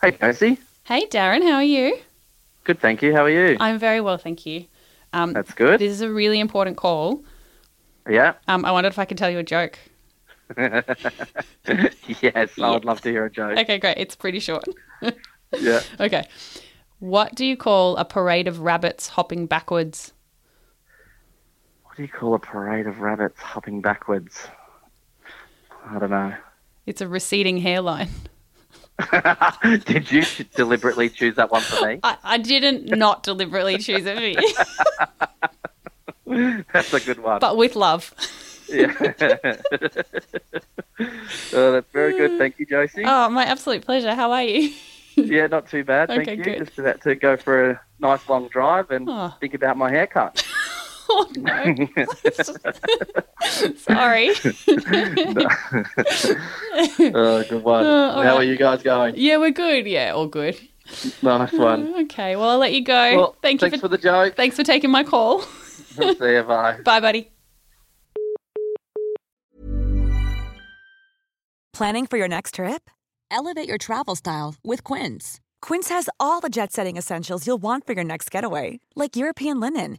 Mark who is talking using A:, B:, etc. A: Hey, Cassie.
B: Hey, Darren, how are you?
A: Good, thank you. How are you?
B: I'm very well, thank you. Um,
A: That's good.
B: This is a really important call.
A: Yeah.
B: Um, I wondered if I could tell you a joke.
A: yes, I would love to hear a joke.
B: Okay, great. It's pretty short.
A: Yeah.
B: Okay. What do you call a parade of rabbits hopping backwards?
A: What do you call a parade of rabbits hopping backwards? I don't know.
B: It's a receding hairline.
A: Did you deliberately choose that one for me?
B: I, I didn't not deliberately choose it for you,
A: That's a good one.
B: but with love.
A: Yeah. oh, that's very good. Thank you, Josie.
B: Oh, my absolute pleasure. How are you?
A: yeah, not too bad. Thank
B: Okay,
A: you.
B: good.
A: Just about to go for a nice long drive and
B: Oh.
A: think about my haircut.
B: Oh, no. Sorry.
A: oh, good one.
B: Uh,
A: How
B: all right.
A: are you guys going?
B: yeah, we're good. Yeah, all good.
A: Nice one.
B: Mm-hmm. Okay, well, I'll let you go.
A: Well,
B: Thank you
A: thanks for
B: for,
A: the joke.
B: thanks for taking my call.
A: See you. Bye.
B: Bye, buddy.
C: Planning for your next trip?
D: Elevate your travel style with Quince.
C: Quince has all the jet setting essentials you'll want for your next getaway, like European linen,